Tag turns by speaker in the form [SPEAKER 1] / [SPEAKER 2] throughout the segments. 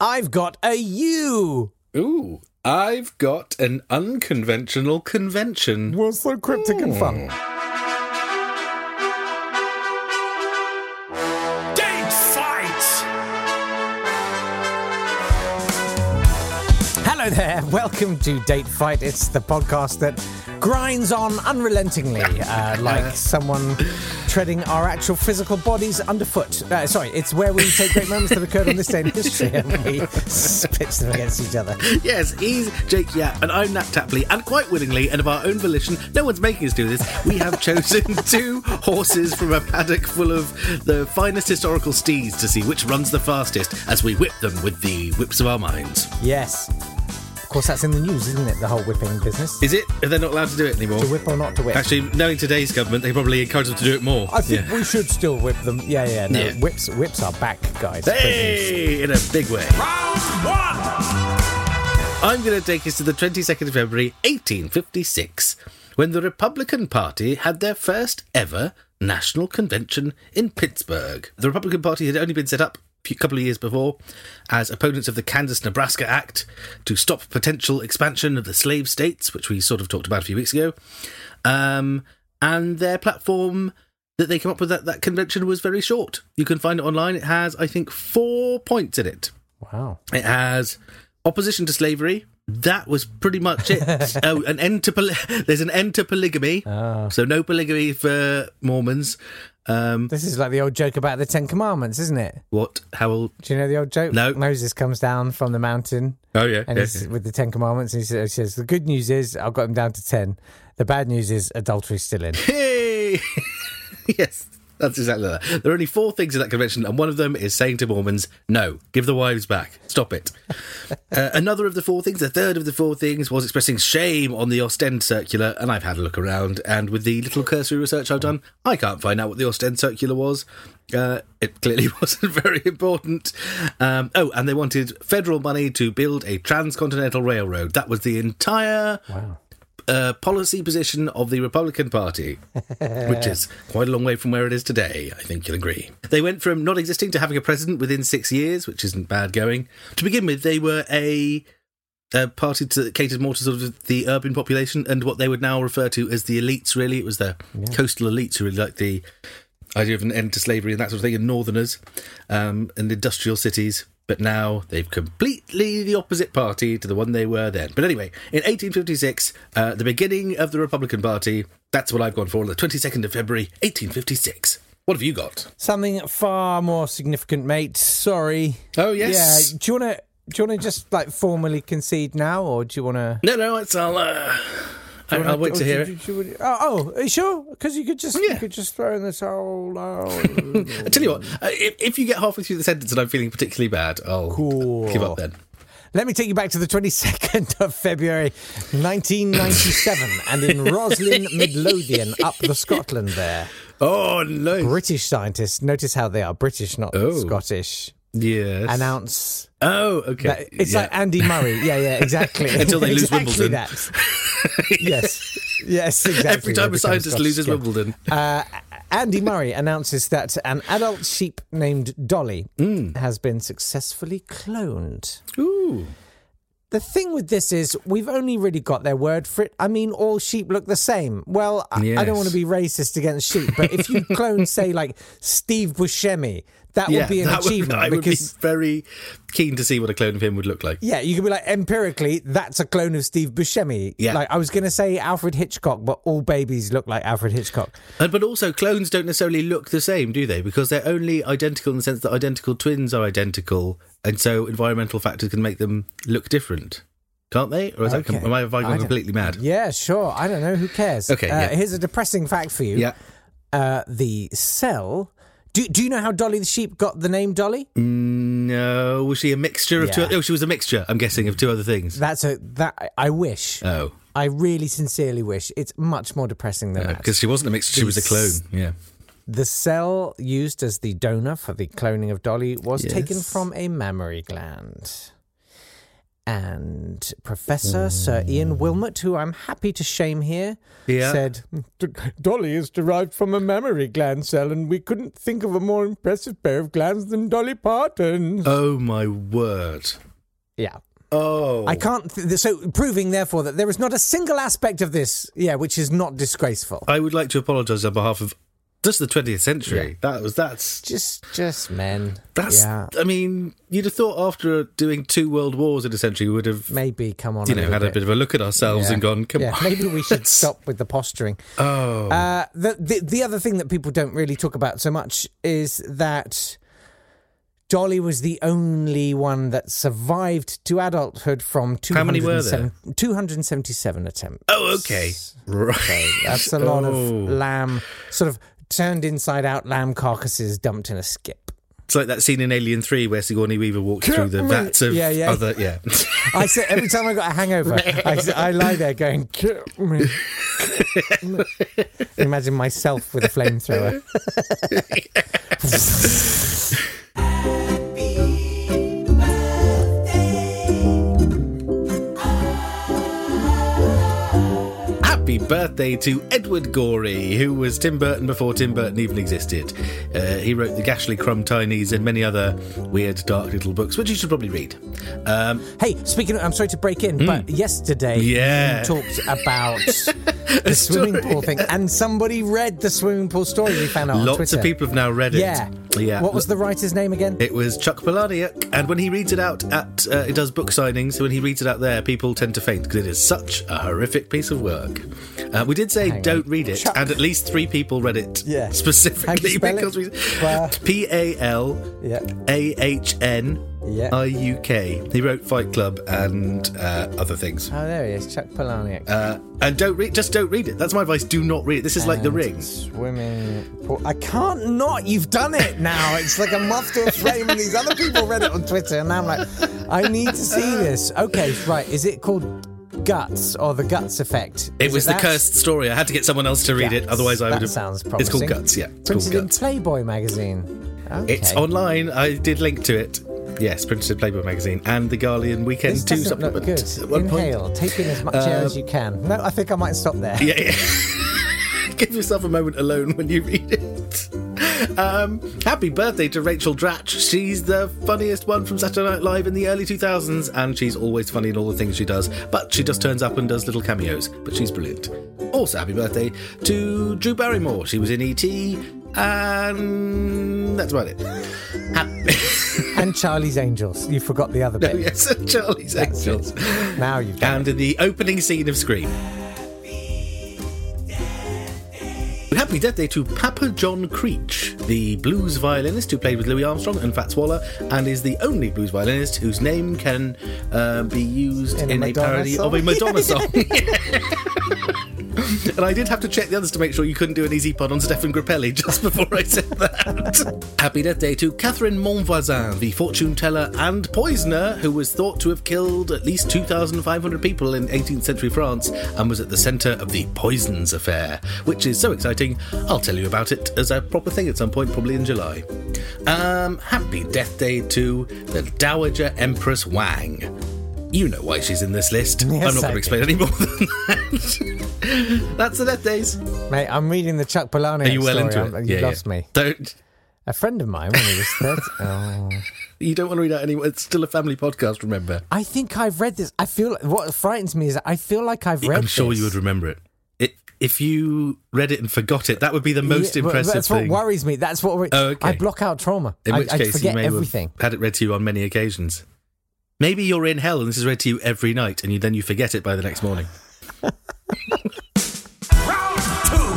[SPEAKER 1] I've got a U.
[SPEAKER 2] Ooh, I've got an unconventional convention.
[SPEAKER 1] We're so cryptic and fun.
[SPEAKER 3] Date fight!
[SPEAKER 1] Hello there. Welcome to Date Fight. It's the podcast that grinds on unrelentingly, uh, like someone treading our actual physical bodies underfoot. Uh, sorry, it's where we take great moments that occurred on this day in history and we spit them against each other.
[SPEAKER 2] Yes, he's Jake Yap, and I'm Nat Tapley, and quite willingly and of our own volition, no one's making us do this, we have chosen two horses from a paddock full of the finest historical steeds to see which runs the fastest as we whip them with the whips of our minds.
[SPEAKER 1] Yes. Of course, that's in the news, isn't it? The whole whipping business.
[SPEAKER 2] Is it? Are they not allowed to do it anymore?
[SPEAKER 1] to whip or not to whip?
[SPEAKER 2] Actually, knowing today's government, they probably encourage them to do it more.
[SPEAKER 1] I think
[SPEAKER 2] Yeah.
[SPEAKER 1] we should still whip them. Yeah, yeah, no.
[SPEAKER 2] Yeah.
[SPEAKER 1] Whips, whips are back, guys.
[SPEAKER 2] Hey, in a big way.
[SPEAKER 3] Round one!
[SPEAKER 2] I'm going to take us to the 22nd of February, 1856, when the Republican Party had their first ever national convention in Pittsburgh. The Republican Party had only been set up a few- couple of years before as opponents of the Kansas Nebraska Act to stop potential expansion of the slave states, which we sort of talked about a few weeks ago. Um, and their platform that they came up with at that convention was very short. You can find it online. It has, I think, four points in it.
[SPEAKER 1] Wow.
[SPEAKER 2] It has opposition to slavery. That was pretty much it. oh, an end to poly- there's an end to polygamy, so no polygamy for Mormons. Um,
[SPEAKER 1] This is like the old joke about the Ten Commandments, isn't it?
[SPEAKER 2] what? How old?
[SPEAKER 1] Do you know the old joke?
[SPEAKER 2] No.
[SPEAKER 1] Moses comes down from the mountain
[SPEAKER 2] Oh yeah,
[SPEAKER 1] and he's with the Ten Commandments and he sa- he says, The good news is I've got them down to ten. The bad news is adultery's still in.
[SPEAKER 2] Hey! yes, that's exactly that. There are only four things in that convention, and one of them is saying to Mormons, no, give the wives back. Stop it. uh, another of the four things, the third of the four things, was expressing shame on the Ostend Circular, and I've had a look around, and with the little cursory research I've done, I can't find out what the Ostend Circular was. Uh, it clearly wasn't very important. Um, oh, and they wanted federal money to build a transcontinental railroad. That was the entire
[SPEAKER 1] Wow.
[SPEAKER 2] uh, policy position of the Republican Party, which is quite a long way from where it is today, I think you'll agree. They went from not existing to having a president within six years, which isn't bad going. To begin with, they were a, a party to, that catered more to sort of the urban population and what they would now refer to as the elites, really. It was the coastal elites who really liked the idea of an end to slavery and that sort of thing, and northerners um, and industrial cities. But now they've completely the opposite party to the one they were then. But anyway, in 1856, uh, the beginning of the Republican Party, that's what I've gone for on the 22nd of February, 1856. What have you got?
[SPEAKER 1] Something far more significant, mate. Sorry.
[SPEAKER 2] Oh, yes.
[SPEAKER 1] Yeah. Do you wanna do you wanna just like formally concede now or do you wanna
[SPEAKER 2] No, no, it's I'll, uh, I, I'll wait
[SPEAKER 1] or
[SPEAKER 2] to
[SPEAKER 1] do-
[SPEAKER 2] hear
[SPEAKER 1] do-
[SPEAKER 2] it.
[SPEAKER 1] do you wanna- Oh, oh, are you sure? Because you could just
[SPEAKER 2] Yeah.
[SPEAKER 1] you could just throw in this whole uh,
[SPEAKER 2] I tell you what, uh, if, if you get halfway through the sentence and I'm feeling particularly bad, I'll
[SPEAKER 1] Cool.
[SPEAKER 2] give up then.
[SPEAKER 1] Let me take you back to the 22nd of February 1997 and in Roslyn, Midlothian, up the Scotland there.
[SPEAKER 2] Oh, no.
[SPEAKER 1] British scientists, notice how they are British, not
[SPEAKER 2] Oh.
[SPEAKER 1] Scottish,
[SPEAKER 2] Yes.
[SPEAKER 1] announce.
[SPEAKER 2] oh, okay.
[SPEAKER 1] that- it's
[SPEAKER 2] Yeah.
[SPEAKER 1] like Andy Murray. Yeah, yeah, exactly.
[SPEAKER 2] Until they lose
[SPEAKER 1] exactly
[SPEAKER 2] Wimbledon.
[SPEAKER 1] That. yes. Yes, exactly.
[SPEAKER 2] Every time
[SPEAKER 1] They
[SPEAKER 2] a
[SPEAKER 1] become
[SPEAKER 2] scientist
[SPEAKER 1] Scottish
[SPEAKER 2] loses
[SPEAKER 1] again.
[SPEAKER 2] Wimbledon.
[SPEAKER 1] Uh, Andy Murray announces that an adult sheep named Dolly has been successfully cloned.
[SPEAKER 2] Ooh.
[SPEAKER 1] the thing with this is we've only really got their word for it. I mean, all sheep look the same. Well, I, I
[SPEAKER 2] Yes.
[SPEAKER 1] don't want to be racist against sheep, but if you clone, say, like Steve Buscemi, that would be an
[SPEAKER 2] that would-
[SPEAKER 1] achievement
[SPEAKER 2] I would be
[SPEAKER 1] because.
[SPEAKER 2] very keen to see what a clone of him would look like.
[SPEAKER 1] yeah, you could be like empirically, that's a clone of Steve Buscemi.
[SPEAKER 2] Yeah.
[SPEAKER 1] Like I was gonna say Alfred Hitchcock, but all babies look like Alfred Hitchcock.
[SPEAKER 2] And, but also, clones don't necessarily look the same, do they? Because they're only identical in the sense that identical twins are identical, and so environmental factors can make them look different, can't they? Or is
[SPEAKER 1] Okay.
[SPEAKER 2] that, am I, have I
[SPEAKER 1] I
[SPEAKER 2] gone
[SPEAKER 1] don't-
[SPEAKER 2] completely mad?
[SPEAKER 1] Yeah, sure. I don't know. Who cares?
[SPEAKER 2] Okay,
[SPEAKER 1] Uh,
[SPEAKER 2] yeah.
[SPEAKER 1] Here's a depressing fact for you.
[SPEAKER 2] Yeah.
[SPEAKER 1] Uh, the cell. Do Do you know how Dolly the sheep got the name Dolly?
[SPEAKER 2] No, Uh, was she a mixture of
[SPEAKER 1] Yeah.
[SPEAKER 2] two? Oh, she was a mixture. I'm guessing of two other things.
[SPEAKER 1] That's a that. I wish.
[SPEAKER 2] Oh,
[SPEAKER 1] I really sincerely wish it's much more depressing than that.
[SPEAKER 2] because uh, she wasn't a mixture. She was a clone. Yeah.
[SPEAKER 1] the cell used as the donor for the cloning of Dolly was taken
[SPEAKER 2] Yes.
[SPEAKER 1] from a mammary gland. And Professor Sir Ian Wilmot, who I'm happy to shame here,
[SPEAKER 2] Yeah.
[SPEAKER 1] said, "D- Dolly is derived from a mammary gland cell, and we couldn't think of a more impressive pair of glands than Dolly Parton's.
[SPEAKER 2] Oh my word.
[SPEAKER 1] yeah.
[SPEAKER 2] Oh.
[SPEAKER 1] I can't. Th- so, proving, therefore, that there is not a single aspect of this, yeah, which is not disgraceful.
[SPEAKER 2] I would like to apologise on behalf of just the 20th century. That was that's
[SPEAKER 1] Just, just men.
[SPEAKER 2] that's.
[SPEAKER 1] yeah,
[SPEAKER 2] I mean, you'd have thought after doing two world wars in a century, we would have
[SPEAKER 1] maybe. Come on,
[SPEAKER 2] you
[SPEAKER 1] a
[SPEAKER 2] know
[SPEAKER 1] little
[SPEAKER 2] had a bit of a look at ourselves and gone, come
[SPEAKER 1] yeah,
[SPEAKER 2] on.
[SPEAKER 1] maybe we should
[SPEAKER 2] let's-
[SPEAKER 1] stop with the posturing.
[SPEAKER 2] Oh,
[SPEAKER 1] Uh, the, the the other thing that people don't really talk about so much is that Dolly was the only one that survived to adulthood from two
[SPEAKER 2] How many
[SPEAKER 1] hundred
[SPEAKER 2] were
[SPEAKER 1] and
[SPEAKER 2] there?
[SPEAKER 1] seven two hundred and seventy seven attempts.
[SPEAKER 2] oh, okay, right.
[SPEAKER 1] That's a lot
[SPEAKER 2] Oh.
[SPEAKER 1] of lamb, sort of turned inside out lamb carcasses dumped in a skip.
[SPEAKER 2] It's like that scene in Alien Three where Sigourney Weaver walks
[SPEAKER 1] Come
[SPEAKER 2] through the
[SPEAKER 1] on.
[SPEAKER 2] vats of
[SPEAKER 1] Yeah, yeah.
[SPEAKER 2] other. Yeah,
[SPEAKER 1] I say every time I got a hangover, I, s- I lie there going, "Kill me." imagine myself with a flamethrower.
[SPEAKER 2] Happy birthday to Edward Gorey, who was Tim Burton before Tim Burton even existed. Uh, he wrote The Gashly Crumb Tinies and many other weird, dark little books, which you should probably read. Um,
[SPEAKER 1] Hey, speaking of, I'm sorry to break in, but yesterday
[SPEAKER 2] Hmm. Yeah.
[SPEAKER 1] you talked about the swimming pool thing, and somebody read the swimming pool story we found out on
[SPEAKER 2] lots
[SPEAKER 1] Twitter.
[SPEAKER 2] of people have now read it.
[SPEAKER 1] Yeah.
[SPEAKER 2] yeah.
[SPEAKER 1] What was the writer's name again?
[SPEAKER 2] It was Chuck Palahniuk, and when he reads it out at uh, it does book signings. So when he reads it out there, people tend to faint because it is such a horrific piece of work. Uh, we did say don't read it,
[SPEAKER 1] Chuck.
[SPEAKER 2] and at least three people read it
[SPEAKER 1] Yeah. How do
[SPEAKER 2] specifically
[SPEAKER 1] you spell
[SPEAKER 2] because
[SPEAKER 1] it? Well-
[SPEAKER 2] we P A L
[SPEAKER 1] Yeah.
[SPEAKER 2] A H N
[SPEAKER 1] Yeah.
[SPEAKER 2] I U K. He wrote Fight Club and uh, other things.
[SPEAKER 1] Oh, there he is, Chuck Palahniuk.
[SPEAKER 2] Uh, and don't read, just don't read it. That's my advice. Do not read it. This is like The Ring.
[SPEAKER 1] Swimming pool. I can't not. You've done it now. It's like a moth to a flame, and these other people read it on Twitter, and I'm like, I need to see this. Okay, right. Is it called Guts or the Guts Effect?
[SPEAKER 2] It
[SPEAKER 1] Is
[SPEAKER 2] was the
[SPEAKER 1] that?
[SPEAKER 2] cursed story. I had to get someone else to read it,
[SPEAKER 1] Guts.
[SPEAKER 2] otherwise I would
[SPEAKER 1] That
[SPEAKER 2] have.
[SPEAKER 1] sounds
[SPEAKER 2] It's called
[SPEAKER 1] promising.
[SPEAKER 2] Guts. Yeah, it's called
[SPEAKER 1] Printed in
[SPEAKER 2] Guts.
[SPEAKER 1] Playboy magazine. Okay.
[SPEAKER 2] It's online. I did link to it. Yes, printed in Playboy magazine and the Guardian Weekend
[SPEAKER 1] This
[SPEAKER 2] Two
[SPEAKER 1] doesn't look
[SPEAKER 2] supplement.
[SPEAKER 1] good.
[SPEAKER 2] At one
[SPEAKER 1] Inhale.
[SPEAKER 2] point, Um,
[SPEAKER 1] Take in as much air as you can. No, I think I might stop there.
[SPEAKER 2] yeah, yeah. give yourself a moment alone when you read it. Um, happy birthday to Rachel Dratch. She's the funniest one from Saturday Night Live in the early 2000s, and she's always funny in all the things she does. But she just turns up and does little cameos. But she's brilliant. Also, happy birthday to Drew Barrymore. She was in ET, and that's about it. Happy-
[SPEAKER 1] And Charlie's Angels. You forgot the other bit.
[SPEAKER 2] Oh, yes, Charlie's Angels.
[SPEAKER 1] Now you've done
[SPEAKER 2] And in the opening scene of Scream. Happy Death Day to Papa John Creech, the blues violinist who played with Louis Armstrong and Fats Waller, and is the only blues violinist whose name can uh, be used
[SPEAKER 1] In
[SPEAKER 2] in,
[SPEAKER 1] a
[SPEAKER 2] a,
[SPEAKER 1] Madonna
[SPEAKER 2] parody
[SPEAKER 1] song.
[SPEAKER 2] of a Madonna song. And I did have to check the others to make sure you couldn't do an easy pod on Stefan Grappelli just before I said that. Happy Death Day to Catherine Monvoisin, the fortune teller and poisoner who was thought to have killed at least 2,500 people in 18th century France and was at the centre of the Poisons Affair, which is so exciting. I'll tell you about it as a proper thing at some point, probably in July. Um, happy Death Day to the Dowager Empress Wang. You know why she's in this list. I'm
[SPEAKER 1] Yes,
[SPEAKER 2] not going
[SPEAKER 1] I
[SPEAKER 2] to explain any more than that. That's the Death Days.
[SPEAKER 1] it. Mate, I'm reading the Chuck Palahniuk
[SPEAKER 2] Are you well
[SPEAKER 1] story.
[SPEAKER 2] into
[SPEAKER 1] I'm-
[SPEAKER 2] it?
[SPEAKER 1] um, You
[SPEAKER 2] Yeah,
[SPEAKER 1] lost
[SPEAKER 2] yeah.
[SPEAKER 1] me.
[SPEAKER 2] Don't.
[SPEAKER 1] A friend of mine when he was 30. Oh.
[SPEAKER 2] You don't want to read out any. It's still a family podcast. Remember.
[SPEAKER 1] I think I've read this. I feel what frightens me is I feel like I've read
[SPEAKER 2] I'm sure
[SPEAKER 1] this.
[SPEAKER 2] you would remember it. it. If you read it and forgot it, that would be the most
[SPEAKER 1] Yeah, but
[SPEAKER 2] impressive
[SPEAKER 1] That's
[SPEAKER 2] thing.
[SPEAKER 1] what worries me. That's what worries
[SPEAKER 2] Oh, okay.
[SPEAKER 1] I block out trauma.
[SPEAKER 2] in
[SPEAKER 1] I,
[SPEAKER 2] which
[SPEAKER 1] I
[SPEAKER 2] case,
[SPEAKER 1] forget
[SPEAKER 2] you may
[SPEAKER 1] everything.
[SPEAKER 2] have had it read to you on many occasions. Maybe you're in hell and this is read to you every night, and you, then you forget it by the next morning.
[SPEAKER 3] Round two.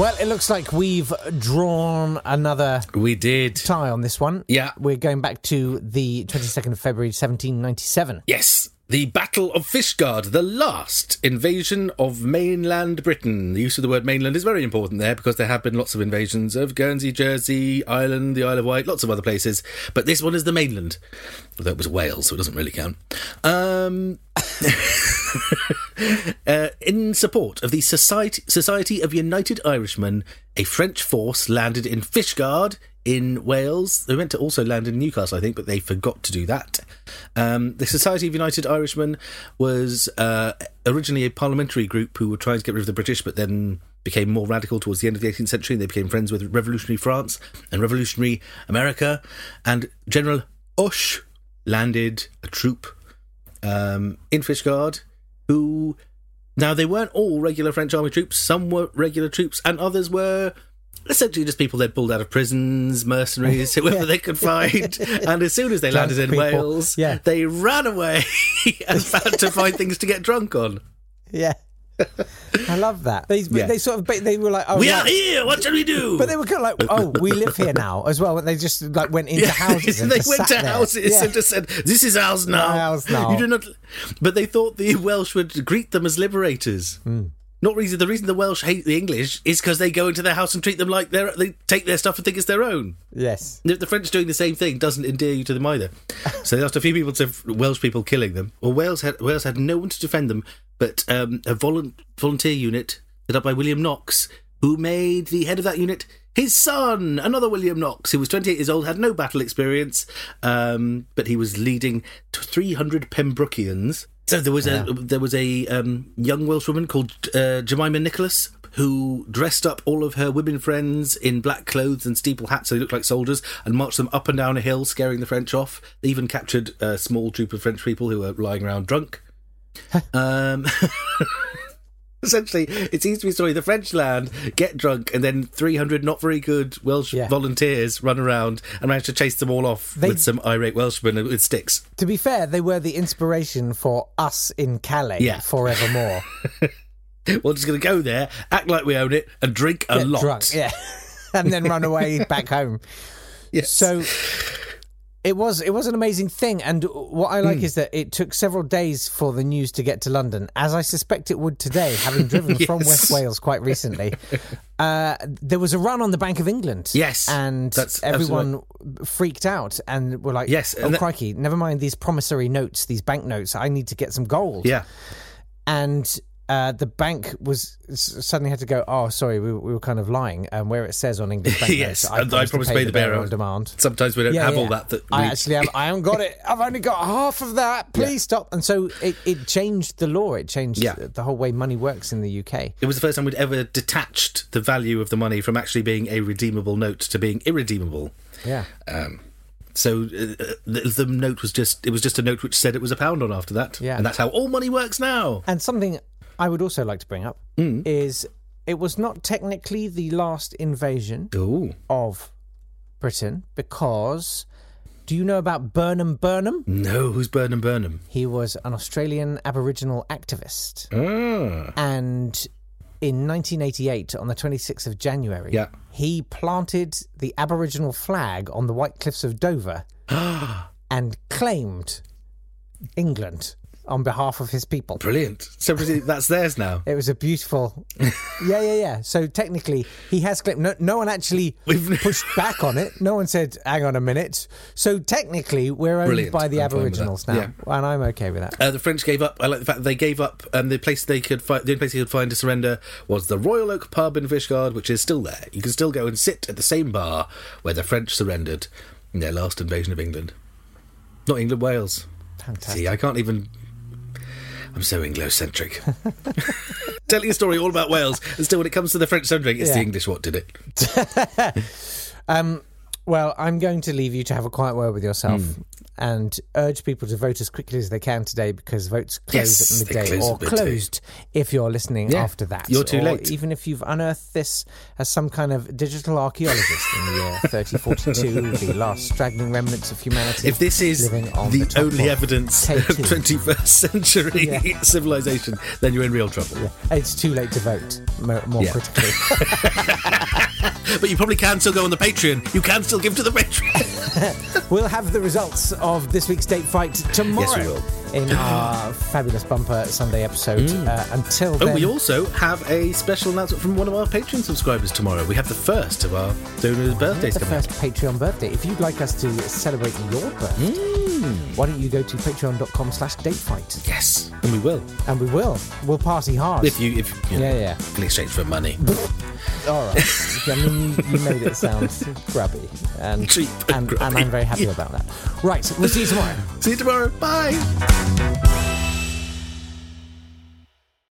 [SPEAKER 1] Well, it looks like we've drawn another
[SPEAKER 2] We did.
[SPEAKER 1] tie on this one.
[SPEAKER 2] Yeah.
[SPEAKER 1] We're going back to the 22nd of February 1797.
[SPEAKER 2] Yes, the Battle of Fishguard, the last invasion of mainland Britain. The use of the word mainland is very important there because there have been lots of invasions of Guernsey, Jersey, Ireland, the Isle of Wight, lots of other places, but this one is the mainland. Although it was Wales, so it doesn't really count. Um, uh, in support of the Society, Society of United Irishmen, a French force landed in Fishguard in Wales. They were meant to also land in Newcastle, I think, but they forgot to do that. Um, the Society of United Irishmen was uh, originally a parliamentary group who were trying to get rid of the British, but then became more radical towards the end of the 18th century. They became friends with revolutionary France and revolutionary America. And General Osh landed a troop um, in Fishguard who. Now, they weren't all regular French army troops. Some were regular troops, and others were essentially just people they'd pulled out of prisons, mercenaries, whoever they could find. And as soon as they landed in
[SPEAKER 1] people,
[SPEAKER 2] Wales,
[SPEAKER 1] yeah.
[SPEAKER 2] they ran away and found to find things to get drunk on.
[SPEAKER 1] Yeah. I love that. They,
[SPEAKER 2] Yeah.
[SPEAKER 1] they sort of they were like, oh,
[SPEAKER 2] We
[SPEAKER 1] right.
[SPEAKER 2] are here. What shall we do?
[SPEAKER 1] But they were kind of like, oh, we live here now as well. And they just like went into houses. And
[SPEAKER 2] they
[SPEAKER 1] just
[SPEAKER 2] went
[SPEAKER 1] sat
[SPEAKER 2] to
[SPEAKER 1] there.
[SPEAKER 2] houses
[SPEAKER 1] Yeah.
[SPEAKER 2] and just said, "This is ours now."
[SPEAKER 1] ours now.
[SPEAKER 2] You do not. But they thought the Welsh would greet them as liberators.
[SPEAKER 1] Hmm.
[SPEAKER 2] Not really. The reason the Welsh hate the English is because they go into their house and treat them like their. They take their stuff and think it's their own.
[SPEAKER 1] yes.
[SPEAKER 2] The, the French doing the same thing doesn't endear you to them either. So they asked a few people to Welsh people killing them. Well, Wales had Wales had no one to defend them, but um, a volun- volunteer unit set up by William Knox, who made the head of that unit his son, another William Knox, who was 28 years old, had no battle experience, um, but he was leading t- 300 Pembrokeians. So there was a there was a um, young Welsh woman called uh, Jemima Nicholas who dressed up all of her women friends in black clothes and steeple hats so they looked like soldiers and marched them up and down a hill, scaring the French off. They even captured a small troop of French people who were lying around drunk. um, essentially, it seems to be a story: the French land, get drunk, and then 300 not very good Welsh
[SPEAKER 1] Yeah.
[SPEAKER 2] volunteers run around and manage to chase them all off
[SPEAKER 1] They-
[SPEAKER 2] with some irate Welshmen with sticks.
[SPEAKER 1] To be fair, they were the inspiration for us in Calais
[SPEAKER 2] Yeah.
[SPEAKER 1] forevermore.
[SPEAKER 2] We're just going to go there, act like we own it, and drink a
[SPEAKER 1] Get
[SPEAKER 2] lot.
[SPEAKER 1] drunk, yeah, and then run away back home.
[SPEAKER 2] Yes.
[SPEAKER 1] So it was it was an amazing thing, and what I
[SPEAKER 2] Hmm.
[SPEAKER 1] like is that it took several days for the news to get to London, as I suspect it would today, having driven from
[SPEAKER 2] Yes.
[SPEAKER 1] West Wales quite recently. uh, there was a run on the Bank of England,
[SPEAKER 2] Yes,
[SPEAKER 1] and
[SPEAKER 2] that's
[SPEAKER 1] everyone freaked out and were like,
[SPEAKER 2] Yes,
[SPEAKER 1] oh
[SPEAKER 2] and that-
[SPEAKER 1] crikey, never mind these promissory notes, these bank notes. I need to get some gold."
[SPEAKER 2] yeah.
[SPEAKER 1] and uh, the bank was s- suddenly had to go. Oh, sorry, we, we were kind of lying. And where it says on English banknotes,
[SPEAKER 2] Yes, and I promise to pay the bearer
[SPEAKER 1] on
[SPEAKER 2] on-
[SPEAKER 1] demand.
[SPEAKER 2] Sometimes we don't
[SPEAKER 1] Yeah,
[SPEAKER 2] have
[SPEAKER 1] yeah.
[SPEAKER 2] all that. that we,
[SPEAKER 1] I actually have, I haven't got it. I've only got half of that. Please stop. And so it, it changed the law. It changed
[SPEAKER 2] Yeah.
[SPEAKER 1] the, the whole way money works in the UK.
[SPEAKER 2] It was the first time we'd ever detached the value of the money from actually being a redeemable note to being irredeemable.
[SPEAKER 1] Yeah,
[SPEAKER 2] So uh, uh, the, the note was just it was just a note which said it was a pound on after that.
[SPEAKER 1] Yeah.
[SPEAKER 2] And that's how all money works now.
[SPEAKER 1] and something I would also like to bring up
[SPEAKER 2] Mm.
[SPEAKER 1] is it was not technically the last invasion
[SPEAKER 2] Oh,
[SPEAKER 1] of Britain because. Do you know about Burnham Burnham?
[SPEAKER 2] no, who's Burnham Burnham?
[SPEAKER 1] He was an Australian Aboriginal activist.
[SPEAKER 2] Ah.
[SPEAKER 1] And in 1988, on the 26th of January,
[SPEAKER 2] Yeah.
[SPEAKER 1] he planted the Aboriginal flag on the White Cliffs of Dover and claimed England on behalf of his people.
[SPEAKER 2] Brilliant. So presumably that's theirs now.
[SPEAKER 1] It was a beautiful. yeah, yeah, yeah. So technically, he has claimed. No, no one actually
[SPEAKER 2] We've-
[SPEAKER 1] pushed back on it. No one said, hang on a minute. So technically, we're owned
[SPEAKER 2] Brilliant.
[SPEAKER 1] by the
[SPEAKER 2] I'm fine with
[SPEAKER 1] Aboriginals now.
[SPEAKER 2] that.
[SPEAKER 1] And I'm okay with that.
[SPEAKER 2] Uh, the French gave up. I like the fact that they gave up, and the place they could find, the only place they could find to surrender was the Royal Oak Pub in Fishguard, which is still there. You can still go and sit at the same bar where the French surrendered in their last invasion of England, not England, Wales.
[SPEAKER 1] Fantastic.
[SPEAKER 2] See, I can't even. I'm so Anglo-centric. Telling a story all about Wales, and still, when it comes to the French surrendering, it's
[SPEAKER 1] Yeah.
[SPEAKER 2] the English what did it.
[SPEAKER 1] Um, Well, I'm going to leave you to have a quiet word with yourself
[SPEAKER 2] Hmm.
[SPEAKER 1] and urge people to vote as quickly as they can today because votes close
[SPEAKER 2] Yes,
[SPEAKER 1] at
[SPEAKER 2] they
[SPEAKER 1] midday
[SPEAKER 2] close
[SPEAKER 1] or
[SPEAKER 2] at midday.
[SPEAKER 1] closed if you're listening
[SPEAKER 2] Yeah,
[SPEAKER 1] after that.
[SPEAKER 2] you're too
[SPEAKER 1] or
[SPEAKER 2] late.
[SPEAKER 1] Even if you've unearthed this as some kind of digital archaeologist in the year 3042, the last straggling remnants of humanity.
[SPEAKER 2] If this is
[SPEAKER 1] living on
[SPEAKER 2] the,
[SPEAKER 1] the, top
[SPEAKER 2] only
[SPEAKER 1] of-
[SPEAKER 2] evidence
[SPEAKER 1] Take
[SPEAKER 2] of
[SPEAKER 1] two.
[SPEAKER 2] 21st century
[SPEAKER 1] Yeah.
[SPEAKER 2] civilization, then you're in real trouble.
[SPEAKER 1] It's too late to vote, mo- more
[SPEAKER 2] Yeah.
[SPEAKER 1] critically.
[SPEAKER 2] But you probably can still go on the Patreon. You can still give to the Patreon.
[SPEAKER 1] We'll have the results of this week's date fight tomorrow
[SPEAKER 2] Yes, we will.
[SPEAKER 1] in our fabulous bumper Sunday episode. Uh, until then,
[SPEAKER 2] oh, we also have a special announcement from one of our Patreon subscribers tomorrow. We have the first of our donors' birthdays
[SPEAKER 1] It's the
[SPEAKER 2] coming up.
[SPEAKER 1] first Patreon birthday. If you'd like us to celebrate your birthday,
[SPEAKER 2] Mm.
[SPEAKER 1] why don't you go to patreon.com slash datefight?
[SPEAKER 2] Yes, and we will
[SPEAKER 1] And we will. We'll party hard.
[SPEAKER 2] if you if you know,
[SPEAKER 1] Yeah, yeah.
[SPEAKER 2] in exchange for money.
[SPEAKER 1] All right. I mean, you, you made it sound grubby. And,
[SPEAKER 2] Cheap and
[SPEAKER 1] and, and I'm
[SPEAKER 2] grubby.
[SPEAKER 1] very happy about that. Right. We'll see you tomorrow.
[SPEAKER 2] See you tomorrow. Bye.